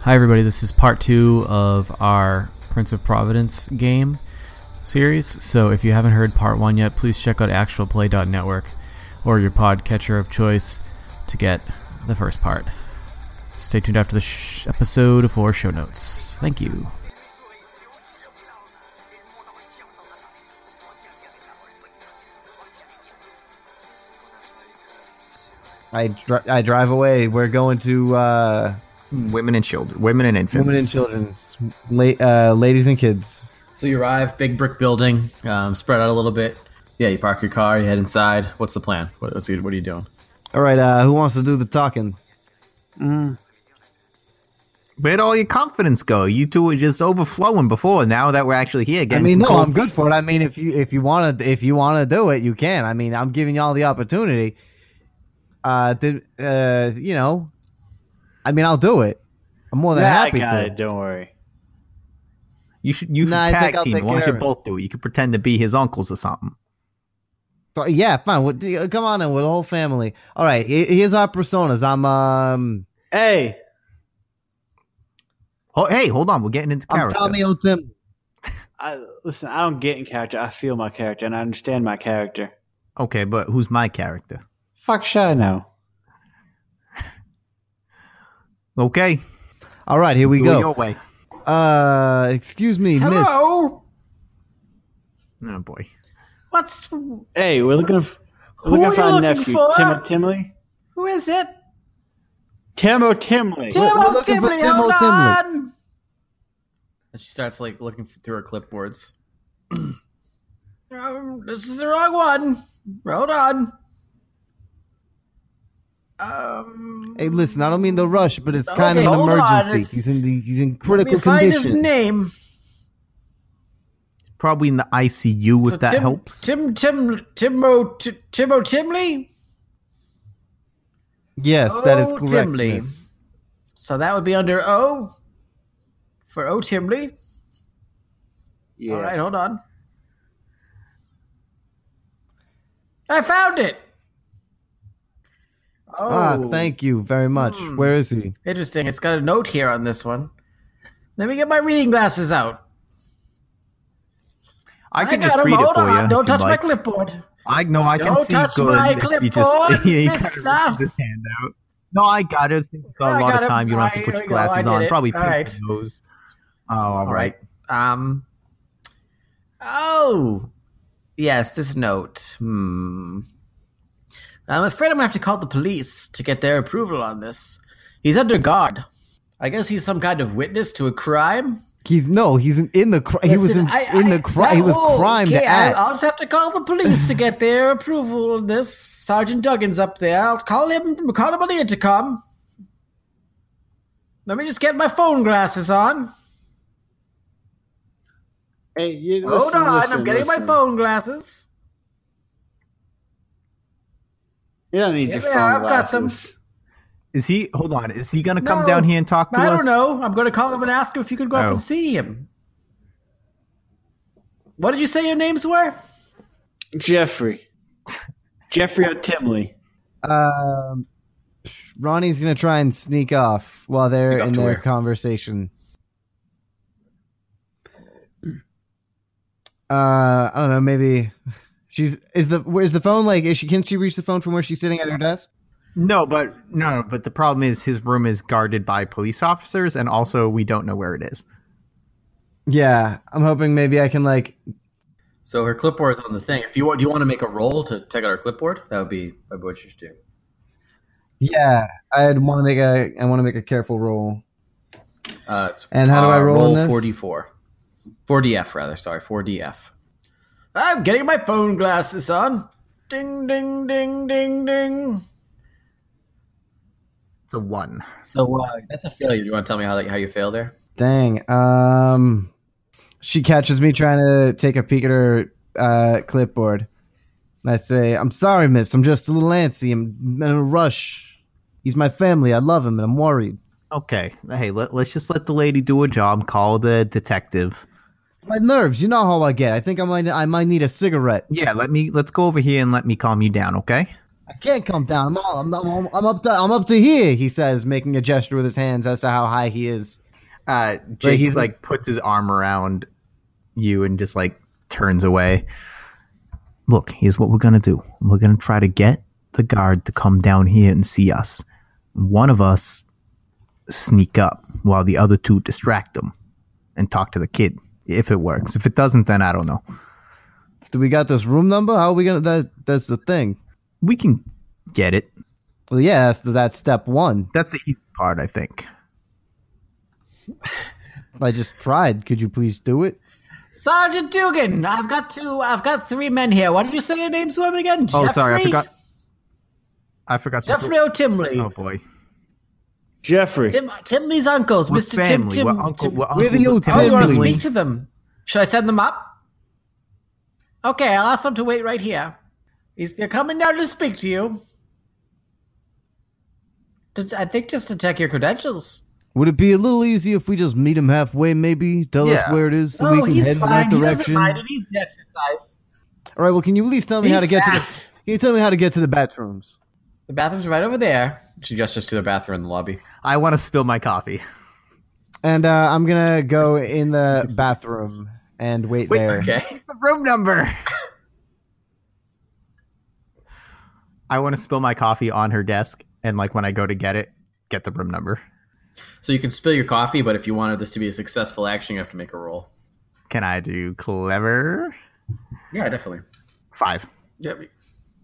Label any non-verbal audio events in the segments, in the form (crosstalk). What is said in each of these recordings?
Hi, everybody. This is part two of our Prince of Providence game series. So, if you haven't heard part one yet, please check out actualplay.network or your podcatcher of choice to get the first part. Stay tuned after the sh- episode for show notes. Thank you. I dri- I drive away. We're going to uh, Women and children. Women and infants. women and children, la- uh, ladies and kids. So you arrive, big brick building, um, spread out a little bit. Yeah, you park your car, you head inside. What's the plan? What, what's, what are you doing? All right, uh, who wants to do the talking? Where'd all your confidence go? You two were just overflowing before. Now that we're actually here, I getting mean, some no, cold I'm good for it. I mean, if you if you want to if you want to do it, you can. I mean, I'm giving y'all the opportunity. Uh, did uh, you know? I mean, I'll do it. I'm more than Yeah, I happy got to. it. Don't worry. You should you should Nah, I think tag I'll team. take Why care don't you of it. both do it? You could pretend to be his uncles or something. So, Yeah, fine. What- uh, Come on in with the whole family. All right, he- here's our personas. I'm um, Hey, Oh, hey, hold on. We're getting into I'm character. Tommy O'Tim. I, listen, I don't get in character. I feel my character and I understand my character. okay, but who's my character? Fuck should I know? Okay, All right, here we do it go. your way. Uh, excuse me, Miss. Oh boy. What's Hey, we're looking for, Who we're looking are for you our looking nephew, for? Tim Timley. who is it? Tim Timley. Tim- we're looking for Tim O'Timley. on! And she starts like looking f- through her clipboards. um, this is the wrong one. Hold on. Um, Hey, listen, I don't mean to rush, but it's kind Okay, of an hold on, emergency. it's- He's in the, he's in let critical me find his condition. name. Probably in the ICU if So that Tim, helps. Tim Tim Timo T- Timo Timley. Yes, that is Oh, correct. dimly. miss. So that would be under O for O Timley. Yeah. All right, hold on. I found it. Oh, Ah, thank you very much. Hmm. Where is he? interesting. It's got a note here on this one. Let me get my reading glasses out. I could got just 'em. read it Hold for you. on. if Don't you'd touch my like. clipboard. I know I can Don't see touch good. my if you just (laughs) clipboard, you mister. kind of this hand out. No, I got it. It's got I a lot got of it. time. You don't have to Alright, put here your we go. I glasses did on. it. Probably pick Alright. those. Oh, all All right. right. Um. Oh, yes, this note. Hmm. I'm afraid I'm gonna have to call the police to get their approval on this. He's under guard. I guess he's some kind of witness to a crime. He's no, he's in, in the cri- he was Listen, in, I- in I- the crime. He was oh, crime okay, to act. I'll, I'll just have to call the police to get their approval on this. Sergeant Duggan's up there. I'll call him. Call him on the intercom. Let me just get my phone glasses on. Hey, you, Hold listen, on, listen, I'm getting listen. my phone glasses. You don't need Here your they phone are, I've got them. glasses. Is he? Hold on. Is he gonna come No, down here and talk to I us? don't know. I'm going to call him and ask him if you could go up Oh. and see him. What did you say your names were? (laughs) Jeffrey. Jeffrey Timley. Um, Ronnie's gonna try and sneak off while they're Sneak off in to their where? conversation. Uh, I don't know. Maybe she's is the where's the phone? Like, is she can she reach the phone from where she's sitting at her desk? No, but no, but the problem is his room is guarded by police officers, and also we don't know where it is. Yeah, I'm hoping maybe I can like. So her clipboard is on the thing. If you want, do you want to make a roll to check out her clipboard? That would be what you should do. Yeah, I'd want to make a I want to make a careful roll. Uh, it's, And how do I uh, roll on this? 44. 4DF, rather. Sorry, 4DF. I'm getting my phone glasses on. Ding, ding, ding, ding, ding. It's a one. So uh, that's a failure. Do you want to tell me how, how you fail there? Dang. Um, she catches me trying to take a peek at her uh, clipboard. And I say, "I'm sorry, Miss. I'm just a little antsy. I'm in a rush. He's my family. I love him, and I'm worried. Okay. Hey, let, let's just let the lady do her job. Call the detective. It's my nerves. You know how I get. I think I might. I might need a cigarette. Yeah. Let me. Let's go over here and let me calm you down. Okay. I can't come down. I'm, all, I'm, I'm, I'm up to I'm up to here. He says, making a gesture with his hands as to how high he is. Uh, Jake he's- like puts his arm around you and just like turns away. Look, here's what we're gonna do. We're gonna try to get the guard to come down here and see us. One of us sneak up while the other two distract them and talk to the kid. If it works. If it doesn't, then I don't know. Do we got this room number? How are we gonna? That that's the thing. We can get it. Well, yeah, that's that's step one. That's the easy part, I think. I just tried. Could you please do it? Sergeant Dugan, I've got two. I've got three men here. What did you say your name's woman again? Oh, sorry, I Jeffrey- forgot. I forgot. to- Jeffrey O'Timley. Oh boy. Jeffrey. Tim, Timley's uncles, We're Mr. Tim family. Tim. We're uncle. Tim- We're We're the uncle O'Timmleys. Oh, you want to Timley. speak to them? Should I send them up? Okay, I'll ask them to wait right here. He's, they're coming down to speak to you. To- I think just to check your credentials. Would it be a little easier if we just meet him halfway? Maybe tell us Yeah. where it is so oh, we can he's head fine. in he that doesn't direction. mind. He needs the exercise. All right. Well, can you at least tell me how to He's get to the? fat. (laughs) Can you tell me how to get to the bathrooms? The bathroom's right over there. She gestures to the bathroom in the lobby. I want to spill my coffee. And uh, I'm gonna go in the bathroom and wait, Wait, there. (laughs) Okay. The room number. I want to spill my coffee on her desk, and like when I go to get it, get the room number. So you can spill your coffee, but if you wanted this to be a successful action, you have to make a roll. Can I do clever? Yeah, definitely. Five. Yep.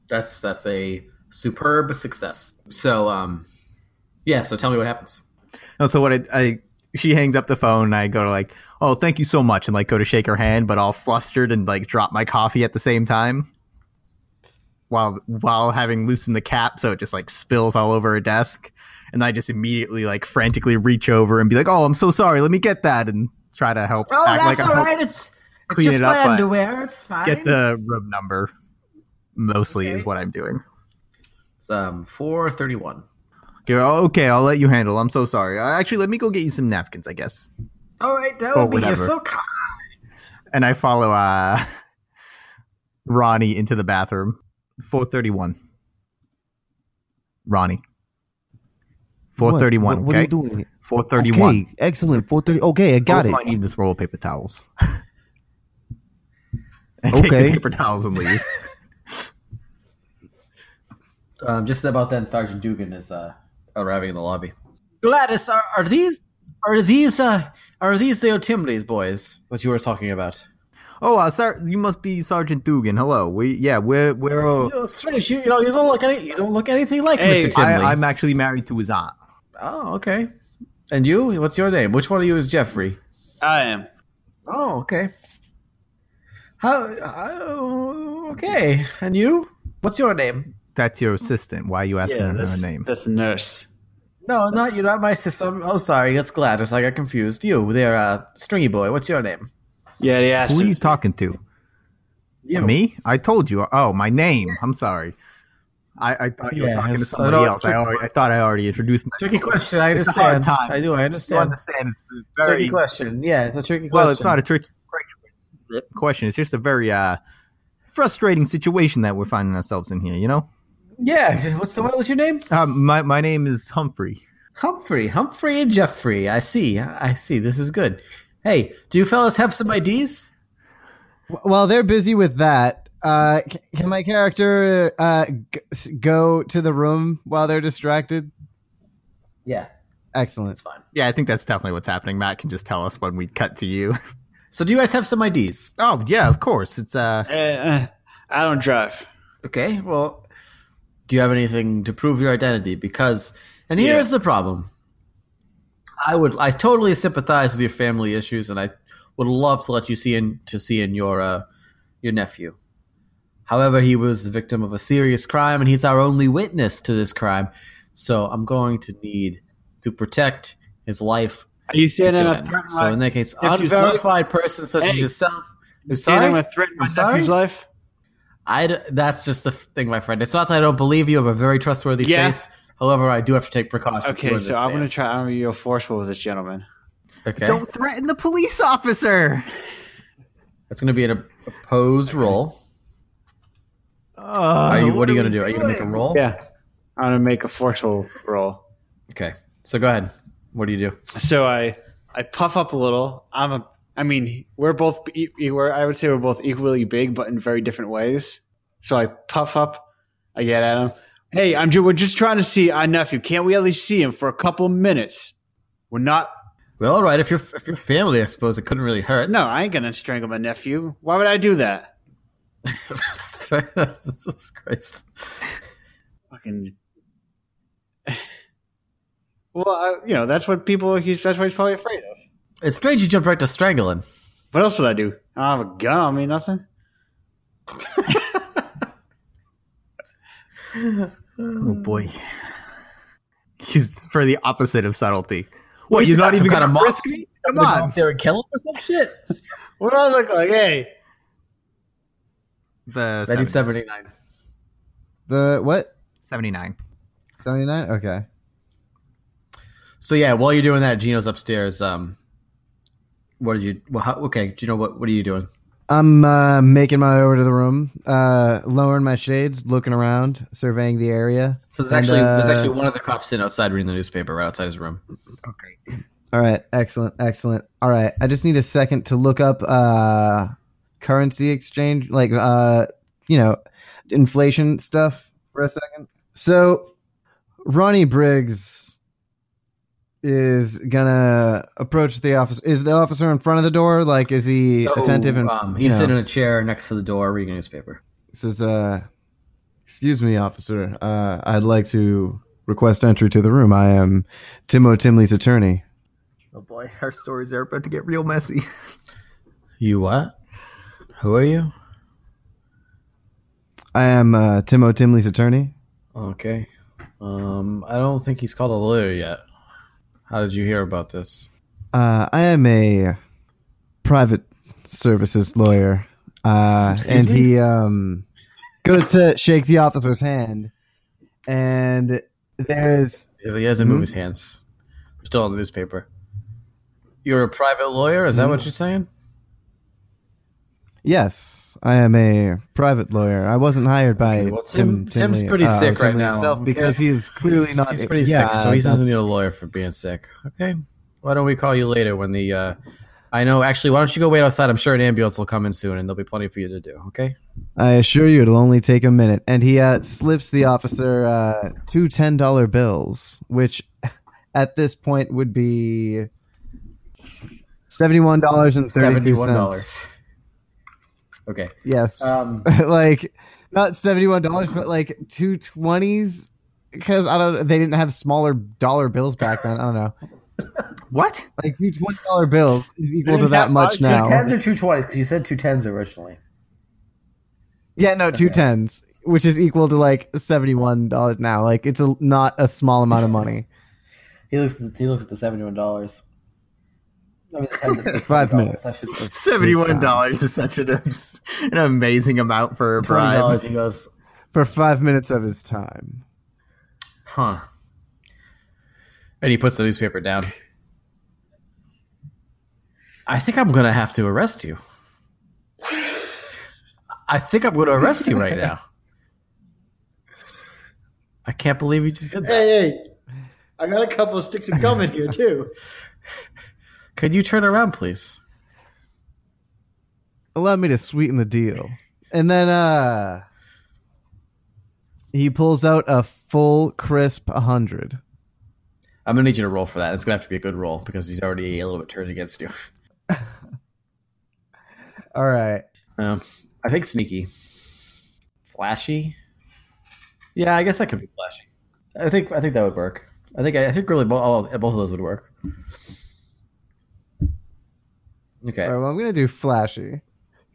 That's that's a superb success. So um yeah, so tell me what happens. No, so what I, I she hangs up the phone, and I go to like, oh, thank you so much, and like go to shake her hand, but all flustered and like drop my coffee at the same time, while while having loosened the cap, so it just like spills all over her desk, and I just immediately like frantically reach over and be like, oh, I'm so sorry, let me get that, and try to help. Oh, act that's like all I'm- right. It's, it's clean just it my up, but underwear. It's fine. Get the room number. Mostly is Okay. what I'm doing. It's um four thirty one. Go, "Oh, okay, I'll let you handle. I'm so sorry. Uh, Actually, let me go get you some napkins, I guess. all right, that Or would be. You're whatever. so kind. and I follow uh, (laughs) Ronnie into the bathroom. Four thirty-one. Ronnie. Four What, thirty-one. what are Okay. you doing? here? Four thirty-one. Okay, excellent. Four thirty. Okay, I got also, I it. need this roll of paper towels. (laughs) and take the Okay. paper towels and (laughs) leave. Um just about then Sergeant Dugan is uh arriving in the lobby. Gladys, are, are these are these uh are these the O'Timleys boys that you were talking about? oh, uh, sir, you must be Sergeant Dugan. Hello. We yeah, we're we're. Uh, You're strange. You, you know you don't look any, you don't look anything like Hey, Mr. Timley. I, I'm actually married to his aunt. oh, okay. And you? What's your name? Which one of you is Jeffrey? I am. Oh, okay. How? oh, okay. And you? What's your name? That's your assistant. Why are you asking Yeah, her that's, her name? that's the nurse. No, not you. Not my sister. I'm, oh, sorry. That's Gladys. I got confused. You, there, uh, Stringy Boy. What's your name? Yeah, they asked Who are him. you talking to? You. Me? I told you. Oh, my name. I'm sorry. I, I thought you were Yeah, talking to it's- somebody no, else. it's I, already, I thought I already introduced myself. Tricky question. I It's a hard understand. time. I do. I You understand. understand? It's a Tricky very question. Yeah, it's a tricky question. well. It's not a tricky question. It's just a very uh, frustrating situation that we're finding ourselves in here. You know. Yeah. What's the, what was your name? Um, my my name is Humphrey. Humphrey. Humphrey and Jeffrey. I see. I see. This is good. Hey, do you fellas have some IDs? W- While they're busy with that, uh, c- can my character uh, g- s- go to the room while they're distracted? Yeah, Excellent. that's fine. Yeah, I think that's definitely what's happening. Matt can just tell us when we cut to you. (laughs) So, do you guys have some IDs? Oh yeah, of course. It's uh, Uh, uh, I don't drive. Okay. Well, do you have anything to prove your identity? Because, and here is Yeah. the problem. I would. I totally sympathize with your family issues, and I would love to let you see in to see in your uh, your nephew. However, he was the victim of a serious crime, and he's our only witness to this crime. So I'm going to need to protect his life. Are you to saying I'm an a end. threat to So in my, that case, life- unverified person such as Hey. yourself. you saying Sorry? I'm a threat to my I'm sorry? nephew's life? I d- that's just the f- thing, my friend. It's not that I don't believe you. I have a very trustworthy Yeah. face. However, I do have to take precautions. Okay, so I'm gonna try. I'm gonna be real forceful with this gentleman. to. Okay, don't threaten the police officer. that's gonna be an op- opposed roll. Oh, Are you, what are you going to do? Are you going to make a roll? Yeah. I'm gonna make a forceful roll. Okay. So go ahead. What do you do? So I I puff up a little. I'm a I mean, we're both e- e- we're I would say we're both equally big, but in very different ways. So I puff up. I get at him. Hey, I'm ju- we're just trying to see our nephew. Can't we at least see him for a couple minutes? We're not. Well, all right. If you're if you're family, I suppose it couldn't really hurt. (laughs) No, I ain't gonna strangle my nephew. Why would I do that? (laughs) Jesus Christ. Fucking. (sighs) Well, I, you know that's what people. He's that's what he's probably afraid of. It's strange you jumped right to strangling. What else would I do? I don't have a gun on me, nothing. Oh boy, he's for the opposite of subtlety. What, you you're got not even some kind gonna of risk monster? me? Come on! They were killing or some shit. What do I look like? Hey, The 70s. 1979. The what? 79. 79? Okay. So yeah, while you're doing that, Gino's upstairs. Um, what did you? Well, how, okay, Gino, what what are you doing? I'm uh, making my way over to the room, uh, lowering my shades, looking around, surveying the area. So there's And, actually there's uh, actually one of the cops sitting outside reading the newspaper right outside his room. All right, excellent, excellent. All right, I just need a second to look up uh, currency exchange, like uh, you know, inflation stuff for a second. So, Ronnie Briggs is gonna approach the office. Is the officer in front of the door? Like, is he So, attentive? And um, you he's know? sitting in a chair next to the door reading a newspaper. says, uh, "Excuse me, officer. Uh, I'd like to request entry to the room. I am Timo Timley's attorney." Oh boy, our stories are about to get real messy. (laughs) You what? Who are you? I am uh, Timo Timley's attorney. Okay. Um, I don't think he's called a lawyer yet. How did you hear about this? Uh, I am a private services lawyer, uh, and he um, goes to shake the officer's hand, and there's Because he hasn't moved his hands. We're still on the newspaper. You're a private lawyer? Is that what you're saying? yes, I am a private lawyer. I wasn't hired by Okay, well, Tim. Tim- Tim's Timley- pretty uh, sick right Timley now, himself okay? because he is clearly he's, not. He's pretty sick, so he doesn't need a lawyer for being sick. Okay. Why don't we call you later when the. Uh, I know, actually, why don't you go wait outside? I'm sure an ambulance will come in soon and there'll be plenty for you to do, okay? I assure you, it'll only take a minute. And he uh, slips the officer uh, two ten dollar bills, which (laughs) at this point would be seventy one dollars and thirty two cents. $71. Okay. Yes, Um, (laughs) like not seventy one dollars, but like two twenties. Because I don't, they didn't have smaller dollar bills back then. I don't know, What? like two twenty dollar bills is equal to that much now. or two twenties? Because you said two tens originally. Yeah, no, two tens, which is equal to like seventy one dollars now. Like it's a not a small amount of money. He looks. At the, he looks at the seventy-one dollars. I mean, (laughs) Five minutes. Seventy-one dollars is such an, abs- an amazing amount for a Twenty bribe. dollars. He goes, for five minutes of his time. huh? And he puts the newspaper down. I think I'm gonna have to arrest you. I think I'm gonna arrest you right now. I can't believe you just did that. hey, I got a couple of sticks of gum in here too. Could you turn around, please? Allow me to sweeten the deal. And then uh he pulls out a full crisp 100. I'm gonna need you to roll for that. It's gonna have to be a good roll because he's already a little bit turned against you. All right. Um, I think sneaky, flashy. Yeah, I guess that could be flashy. I think I think that would work. I think I think really both all, both of those would work. Okay, All right, well, I'm going to do flashy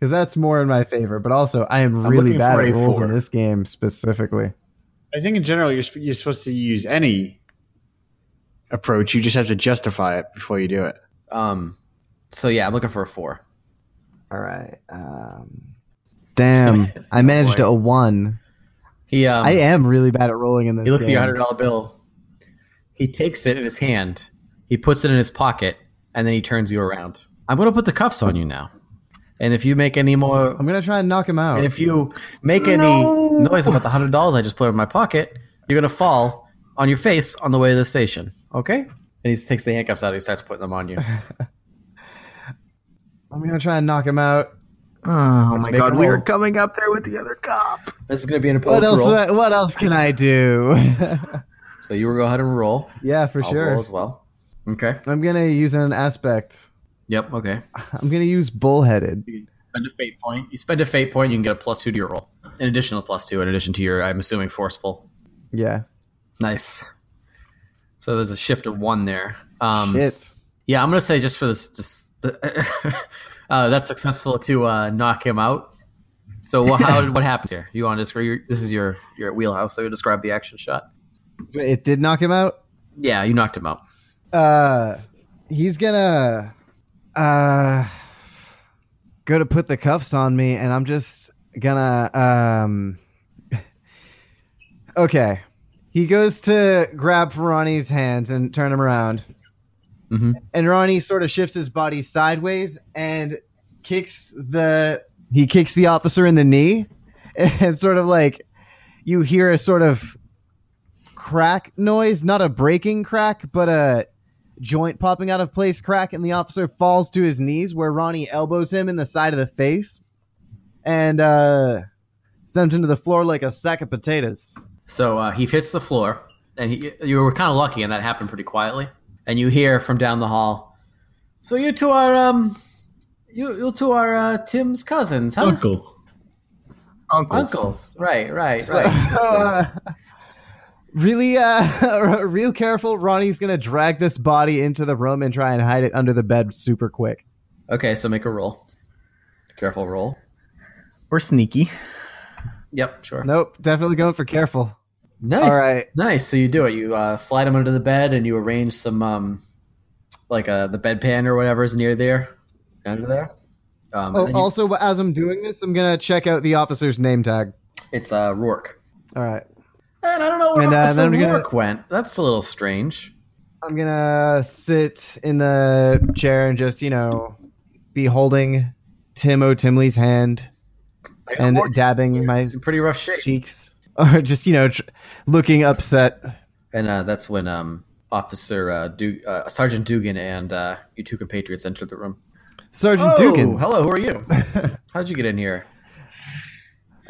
cuz that's more in my favor, but also I am really looking bad for at a rules four. in this game specifically. (laughs) I think in general you're sp- you're supposed to use any approach. You just have to justify it before you do it. um, so yeah, I'm looking for a four. All right. Um (laughs) Damn, I managed a 1. He Oh, um, I am really bad at rolling in this he looks at game. your hundred dollar bill. He takes it in his hand. He puts it in his pocket, and then he turns you around. I'm gonna put the cuffs on you now, And if you make any more, I'm gonna try and knock him out. and if you make any noise about the hundred dollars I just put in my pocket, you're gonna fall on your face on the way to the station. Okay? And he takes the handcuffs out. and He starts putting them (laughs) on you. I'm gonna try and knock him out. Oh my make god, a we roll. are coming up there with the other cop. This is gonna be an What opposed else? roll. What else can I do? (laughs) So you will go ahead and roll. yeah, for I'll sure. roll as well. Okay. I'm gonna use an aspect. Yep. Okay. I'm gonna use bullheaded. Spend a fate point. You spend a fate point, you can get a plus two to your roll. An additional plus two, in addition to your, I'm assuming, forceful. Yeah. Nice. So there's a shift of one there. Um, Shit. Yeah, I'm gonna say just for this, just (laughs) uh, that's successful to uh, knock him out. So what? How? what happens here? You want to describe? Your, this is your your wheelhouse. So you describe the action shot. It did knock him out. Yeah, you knocked him out. Uh, he's gonna uh go to put the cuffs on me, and I'm just gonna um. (laughs) Okay, he goes to grab for Ronnie's hands and turn him around, Mhm. and Ronnie sort of shifts his body sideways and kicks the he kicks the officer in the knee, (laughs) and sort of like you hear a sort of crack noise, not a breaking crack, but a joint popping out of place crack, and the officer falls to his knees where Ronnie elbows him in the side of the face and uh, sends him to the floor like a sack of potatoes. So uh, he hits the floor, and he, you were kind of lucky, and that happened pretty quietly. And you hear from down the hall. So you two are um, you you two are uh, Tim's cousins, huh? Uncle. Uncles. Uncles, right, (laughs) right, So, right. (laughs) uh, really, uh, (laughs) real careful. Ronnie's going to drag this body into the room and try and hide it under the bed super quick. Okay, so make a roll. Careful roll. We're sneaky. Yep, sure. Nope, definitely going for careful. Nice. All right. Nice. So you do it. You uh, slide him under the bed, and you arrange some, um, like uh, the bedpan or whatever is near there, under there. Um, Oh, and you- also, as I'm doing this, I'm going to check out the officer's name tag. it's uh, Rourke. All right. And I don't know where And, uh, Officer then we're gonna- Rourke went. That's a little strange. I'm gonna sit in the chair and just, you know, be holding Tim O'Timley's hand I got and Rourke. dabbing my He's in pretty rough shape. cheeks, (laughs) or just, you know, tr- looking upset. And uh, that's when um, Officer uh, du- uh, Sergeant Dugan and uh, you two compatriots entered the room. Sergeant oh, Dugan. hello. Who (laughs) are you? How'd you get in here?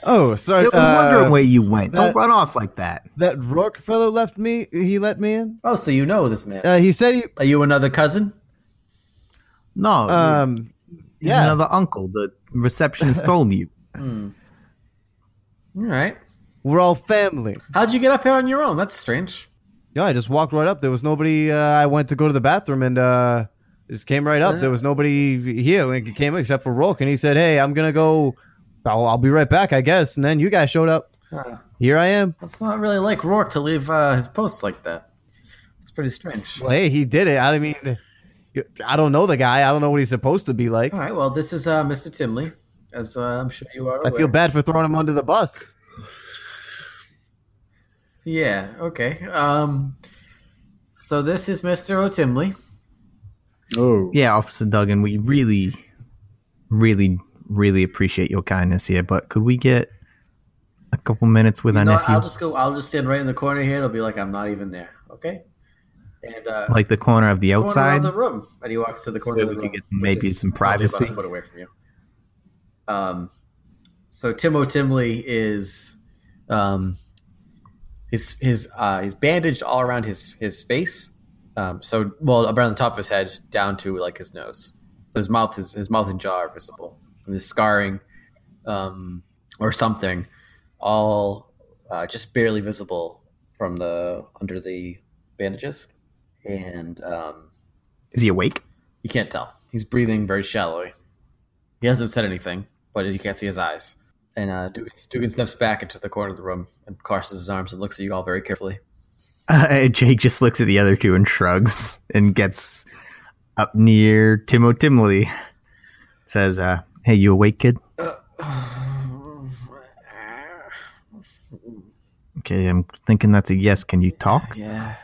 Oh, sorry. I was Uh, wondering where you went. that- Don't run off like that. that Rourke fellow left me. He let me in. Oh, so you know this man? Uh, he said he. are you another cousin? No, uh, um, Um, yeah. yeah. another uncle. The receptionist told you. All right. we're all family. How'd you get up here on your own? That's strange. Yeah, I just walked right up. There was nobody. Uh, I went to go to the bathroom and uh, just came right up. There was nobody here when it came except for Rourke, and he said, "Hey, I'm gonna go. I'll, I'll be right back, I guess." And then you guys showed up. Here I am. That's not really like Rourke to leave uh, his post like that. It's pretty strange. Well, hey, he did it. I mean, I don't know the guy. I don't know what he's supposed to be like. All right. Well, this is uh, Mr. Timley, as uh, I'm sure you are. I Aware. feel bad for throwing him under the bus. Yeah. Okay. Um. So this is Mr. O'Timley. Oh, Yeah, Officer Duggan, we really, really, really appreciate your kindness here, but could we get a couple minutes with our No, nephew? I'll just go. I'll just stand right in the corner here. It'll be like I'm not even there. Okay. And uh, Like the corner of the corner outside? of the room, and he walks to the corner Yeah, of the we room. could get which maybe is some probably privacy. About a foot away from you. Um, so Tim O'Timley is, um, his his uh, he's bandaged all around his his face. Um, so well around the top of his head down to like his nose. His mouth is his mouth and jaw are visible, and his scarring, um, or something, all uh, just barely visible from the under the bandages, and um, Is he awake? you can't tell. He's breathing very shallowly. He hasn't said anything, but you can't see his eyes. And uh, Dugan, Dugan steps back into the corner of the room and crosses his arms and looks at you all very carefully. (laughs) Uh, Jake just looks at the other two and shrugs and gets up near Tim O'Timley. Says, uh, hey, you awake, kid? Okay, I'm thinking that's a yes. Can you talk? Yeah,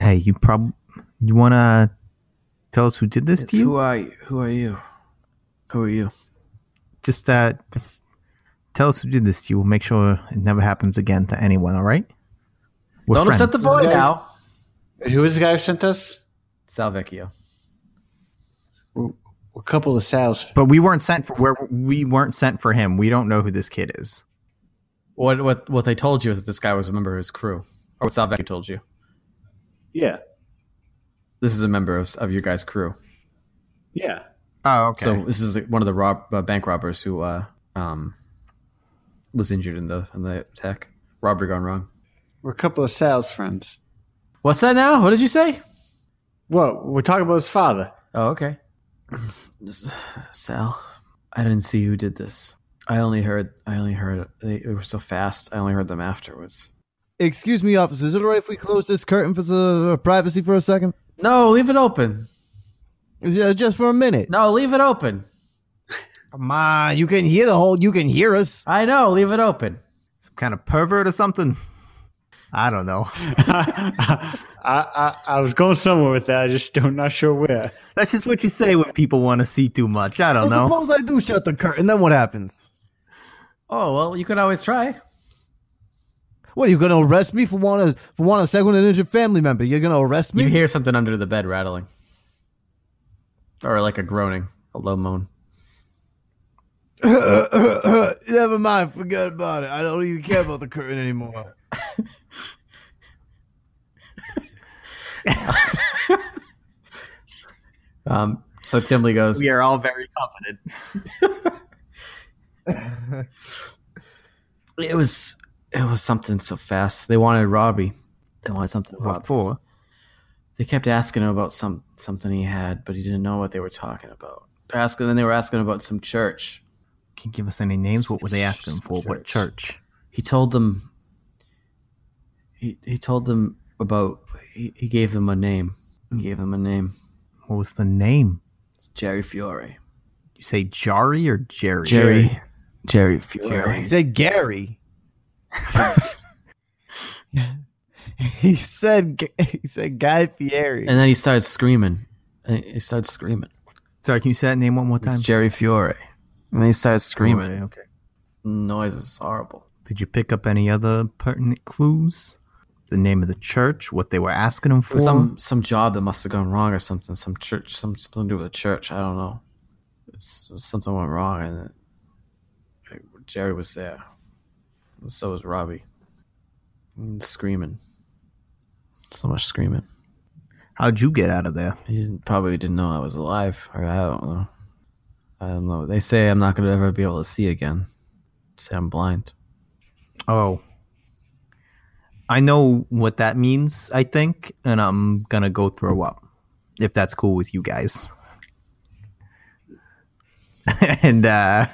Hey, you uh, prob you wanna tell us who did this to you? are you? Who are you? Who are you? Just uh, just tell us who did this to you. We'll make sure it never happens again to anyone. All right? We're Don't upset the friends. boy Yeah. now. And who was the guy who sent this? Salvecchio. A couple of sales. But we weren't sent for where we weren't sent for him. We don't know who this kid is. What what what they told you is that this guy was a member of his crew, or what Salvecchio told you. Yeah, This is a member of, of your guy's crew. yeah. Oh, okay. So this is one of the rob uh, bank robbers who uh, um, was injured in the in the attack. Robbery gone wrong. We're a couple of sales friends. What's that now? What did you say? Whoa, we're talking about his father. Oh, okay. Sal, I didn't see who did this. I only heard. I only heard they, they were so fast. I only heard them afterwards. Excuse me, officer. Is it all right if we close this curtain for uh, privacy for a second? No, leave it open. Uh, Just for a minute. No, leave it open. Come on, you can hear the whole. You can hear us. I know, leave it open. Some kind of pervert or something. I don't know. (laughs) I, I I was going somewhere with that. I just don't not sure where. That's just what you say when people want to see too much. I So don't know. suppose I do shut the curtain, then what happens? Oh well, you could always try. What are you going to arrest me for want to for want to second an injured family member? You're going to arrest me? You hear something under the bed rattling, or like a groaning, a low moan. (laughs) Never mind. Forget about it. I don't even care about the curtain anymore. Um, so Timley goes. We are all very confident. (laughs) It was it was something so fast. They wanted Robbie. They wanted something. Robbie. What for? They kept asking him about some something he had, but he didn't know what they were talking about. They're asking, then they were asking about some church. Can you give us any names? What were they asking for? What church? He told them. He he told them about. He, he gave them a name. He gave them a name. What was the name? It's Jerry Fiore. You say Jari or Jerry? Jerry. Jerry Fiore. He said Gary. (laughs) he said G- he said Guy Fieri. And then he started screaming. And he started screaming. Sorry, can you say that name one more It's time? Oh, Jerry Fiore. And then he started screaming. Okay, okay. Noise is horrible. Did you pick up any other pertinent clues? The name of the church, what they were asking him It for. was some some job that must have gone wrong or something. Some church, some something to do with a church. I don't know. S- Something went wrong, and it- Jerry was there. And so was Robbie. And screaming. So much screaming. How'd you get out of there? He didn't, probably didn't know I was alive, or I don't know. I don't know. They say I'm not going to ever be able to see again. Say I'm blind. Oh. I know what that means, I think, and I'm gonna go throw up. If that's cool with you guys. (laughs) and uh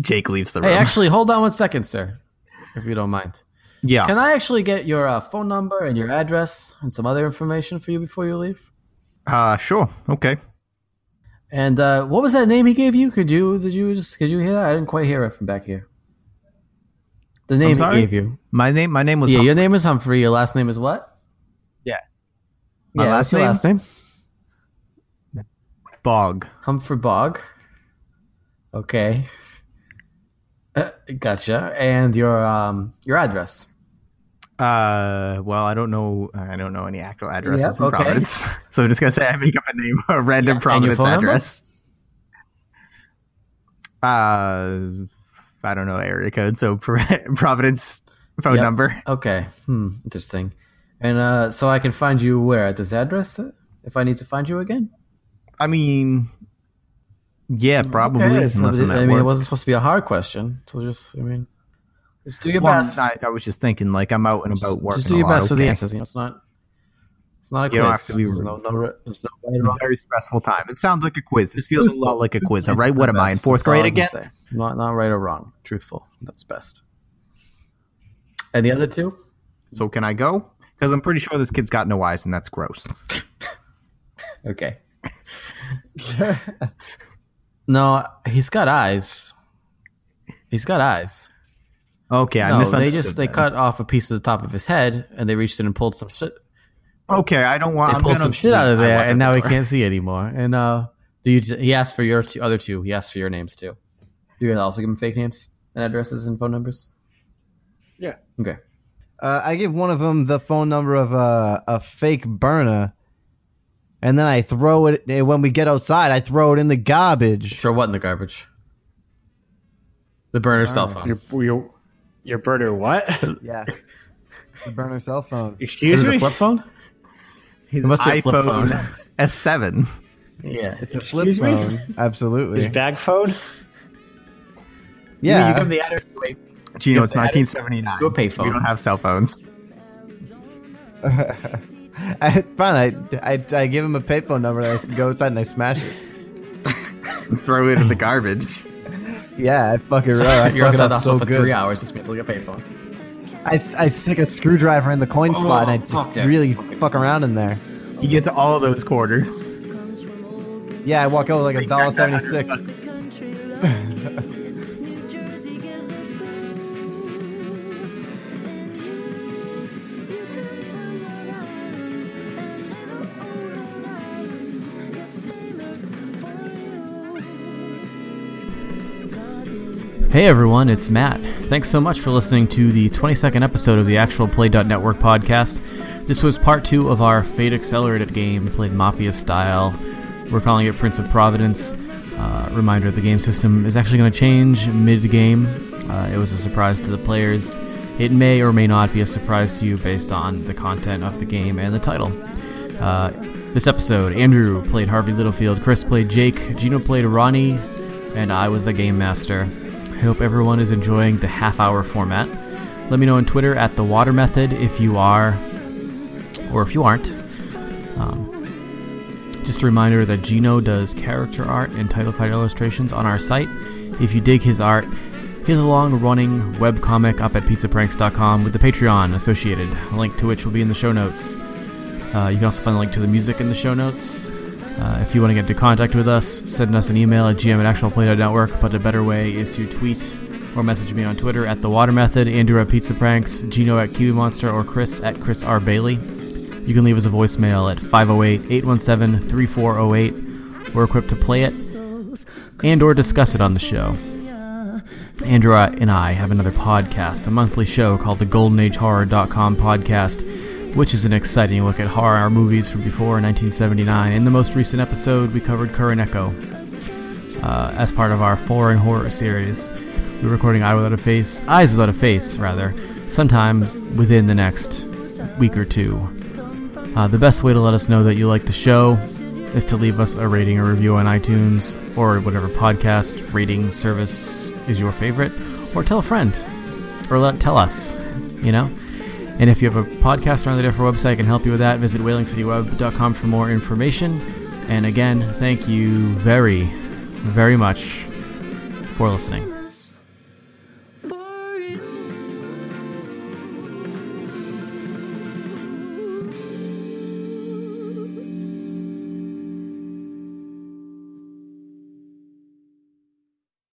Jake leaves the room. Hey, actually, hold on one second, sir, if you don't mind. yeah. Can I actually get your uh, phone number and your address and some other information for you before you leave? uh sure. Okay. And uh, what was that name he gave you? Could you did you just could you hear that? I didn't quite hear it from back here. The name he sorry? gave you. My name my name was yeah, your name is Humphrey. Your last name is what? Yeah. My My yeah, last last your name? last name. Bog. Humphrey Bog. Okay. (laughs) Uh, gotcha. And your um your address. Uh well I don't know I don't know any actual addresses Yep, in okay. Providence. (laughs) So I'm just gonna say I make up a name, a random Providence phone number? address. Uh I don't know the area code, so (laughs) Pro- Providence phone Yep. number. Okay. Hmm. Interesting. And uh, so I can find you where at this address uh, if I need to find you again. I mean, yeah, probably. Okay, unless so I'm it- at I mean, work. it wasn't supposed to be a hard question. So just, I mean, just do your Well, best. I, I was just thinking, like, I'm out and Just- about working. just do your a lot, best with the okay? answers. You know, it's not. It's not a You don't have quiz. to be there's no, rude. no, ri- there's no right or It's a wrong. very stressful time. It sounds like a quiz. This feels a lot like a quiz. All right, what am I in Best, fourth that's all grade I can again? say. Not not right or wrong. Truthful. That's best. And the other two? So can I go? Because I'm pretty sure this kid's got no eyes, and that's gross. Okay. (laughs) no, he's got eyes. He's got eyes. Okay, I no, misunderstood. they just they then. cut off a piece of the top of his head and they reached in and pulled some shit Okay, I don't want. they Oh, I'm pulled gonna some shit out of I there, want and that now he door. can't see anymore. And uh, Do you? He asked for your two, other two. He asked for your names too. Do you guys also give him fake names and addresses and phone numbers? Yeah. Okay. Uh, I give one of them the phone number of a, a fake burner, and then I throw it eh, when we get outside. I throw it in the garbage. Throw what in the garbage? The burner cell phone. Your your your burner what? Yeah, (laughs) the burner cell phone. (laughs) Excuse me. phone? His must be a flip iPhone (laughs) phone. (laughs) S7. Yeah. It's a flip Excuse me? phone. Absolutely. His bag phone. You mean you yeah. give him the address. Wait, Gino, it's Yeah, that is- 1979. do a payphone. We don't have cell phones. I, fine. I, I I give him a payphone number. And I s- go outside and I smash it. Throw it in the garbage. Yeah, I fuck it. (laughs) so right. I you're fuck it outside the up so hospital for three good. hours. Just make a payphone. I, s- I stick a screwdriver in the coin slot and I fuck just that. really fuck around in there. He gets all of those quarters. Yeah, I walk out with like a dollar got that seventy hundred six. country love. New Jersey gives us groove. And you, you come from the line. A little older life is famous for you. God, you Hey everyone, it's Matt. Thanks so much for listening to the 22nd episode of the actual Play.network podcast. This was part two of our Fate Accelerated game, played Mafia style. We're calling it Prince of Providence. Uh, reminder the game system is actually going to change mid game. Uh, it was a surprise to the players. It may or may not be a surprise to you based on the content of the game and the title. Uh, this episode, Andrew played Harvey Littlefield, Chris played Jake, Gino played Ronnie, and I was the game master. I hope everyone is enjoying the half hour format. Let me know on Twitter at the Water Method if you are, or if you aren't. Um, just a reminder that Gino does character art and title card illustrations on our site. If you dig his art, he has a long running webcomic up at pizzapranks.com with the Patreon associated, a link to which will be in the show notes. Uh, you can also find the link to the music in the show notes. Uh, if you want to get into contact with us, send us an email at gm at actualplay.network, but a better way is to tweet or message me on Twitter at The Water Method, Andrew at Pizza Pranks, Gino at Kiwi Monster, or Chris at Chris R. Bailey. You can leave us a voicemail at 508 817 3408. We're equipped to play it souls. and or discuss it on the show. Andrew and I have another podcast, a monthly show called the GoldenAgeHorror.com podcast, which is an exciting look at horror movies from before 1979. In the most recent episode, we covered Curran Echo uh, as part of our foreign horror series. We're recording Eye Without a Face, Eyes Without a Face, rather, sometimes within the next week or two. Uh, the best way to let us know that you like the show is to leave us a rating or review on iTunes or whatever podcast rating service is your favorite, or tell a friend, or let tell us, you know. And if you have a podcast around the Differ website, I can help you with that. Visit whalingcityweb.com for more information. And again, thank you very, very much for listening.